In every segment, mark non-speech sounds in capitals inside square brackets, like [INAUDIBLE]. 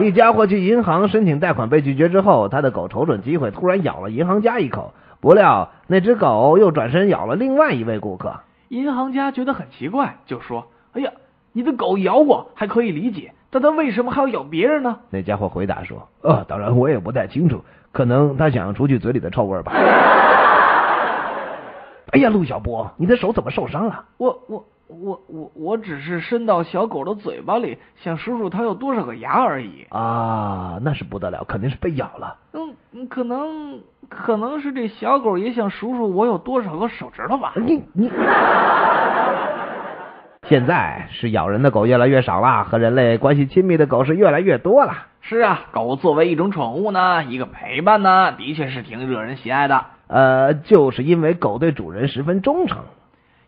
一家伙去银行申请贷款被拒绝之后，他的狗瞅准机会突然咬了银行家一口，不料那只狗又转身咬了另外一位顾客。银行家觉得很奇怪，就说：“哎呀，你的狗咬我还可以理解，但它为什么还要咬别人呢那家伙回答说：“呃，当然我也不太清楚，可能他想除去嘴里的臭味儿吧。”哎呀，陆小波，你的手怎么受伤了？？”我我我我我只是伸到小狗的嘴巴里，想数数它有多少个牙而已。啊，那是不得了，肯定是被咬了。嗯，嗯可能可能是这小狗也想数数我有多少个手指头吧。你你，现在是咬人的狗越来越少了，和人类关系亲密的狗是越来越多了。是啊，狗作为一种宠物呢，一个陪伴呢，的确是挺惹人喜爱的。呃，就是因为狗对主人十分忠诚。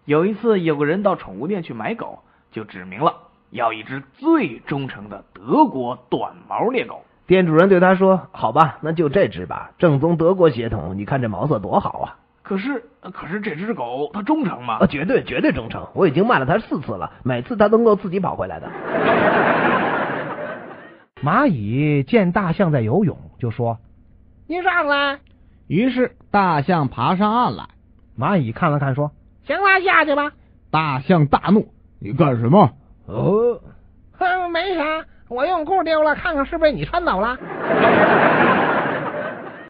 有一次，有个人到宠物店去买狗，就指明了要一只最忠诚的德国短毛猎狗。店主人对他说：“好吧，那就这只吧，正宗德国血统，你看这毛色多好啊！可是，呃可是这只狗它忠诚吗啊，？绝对绝对忠诚，我已经卖了它四次了，每次它都能够自己跑回来的。” [LAUGHS] 蚂蚁见大象在游泳，就说你上来，：“于是大象爬上岸来。”蚂蚁看了看，说行了，下去吧。：“大象大怒，你干什么哦，哼，没啥，我用裤丢了，看看是被你穿走了。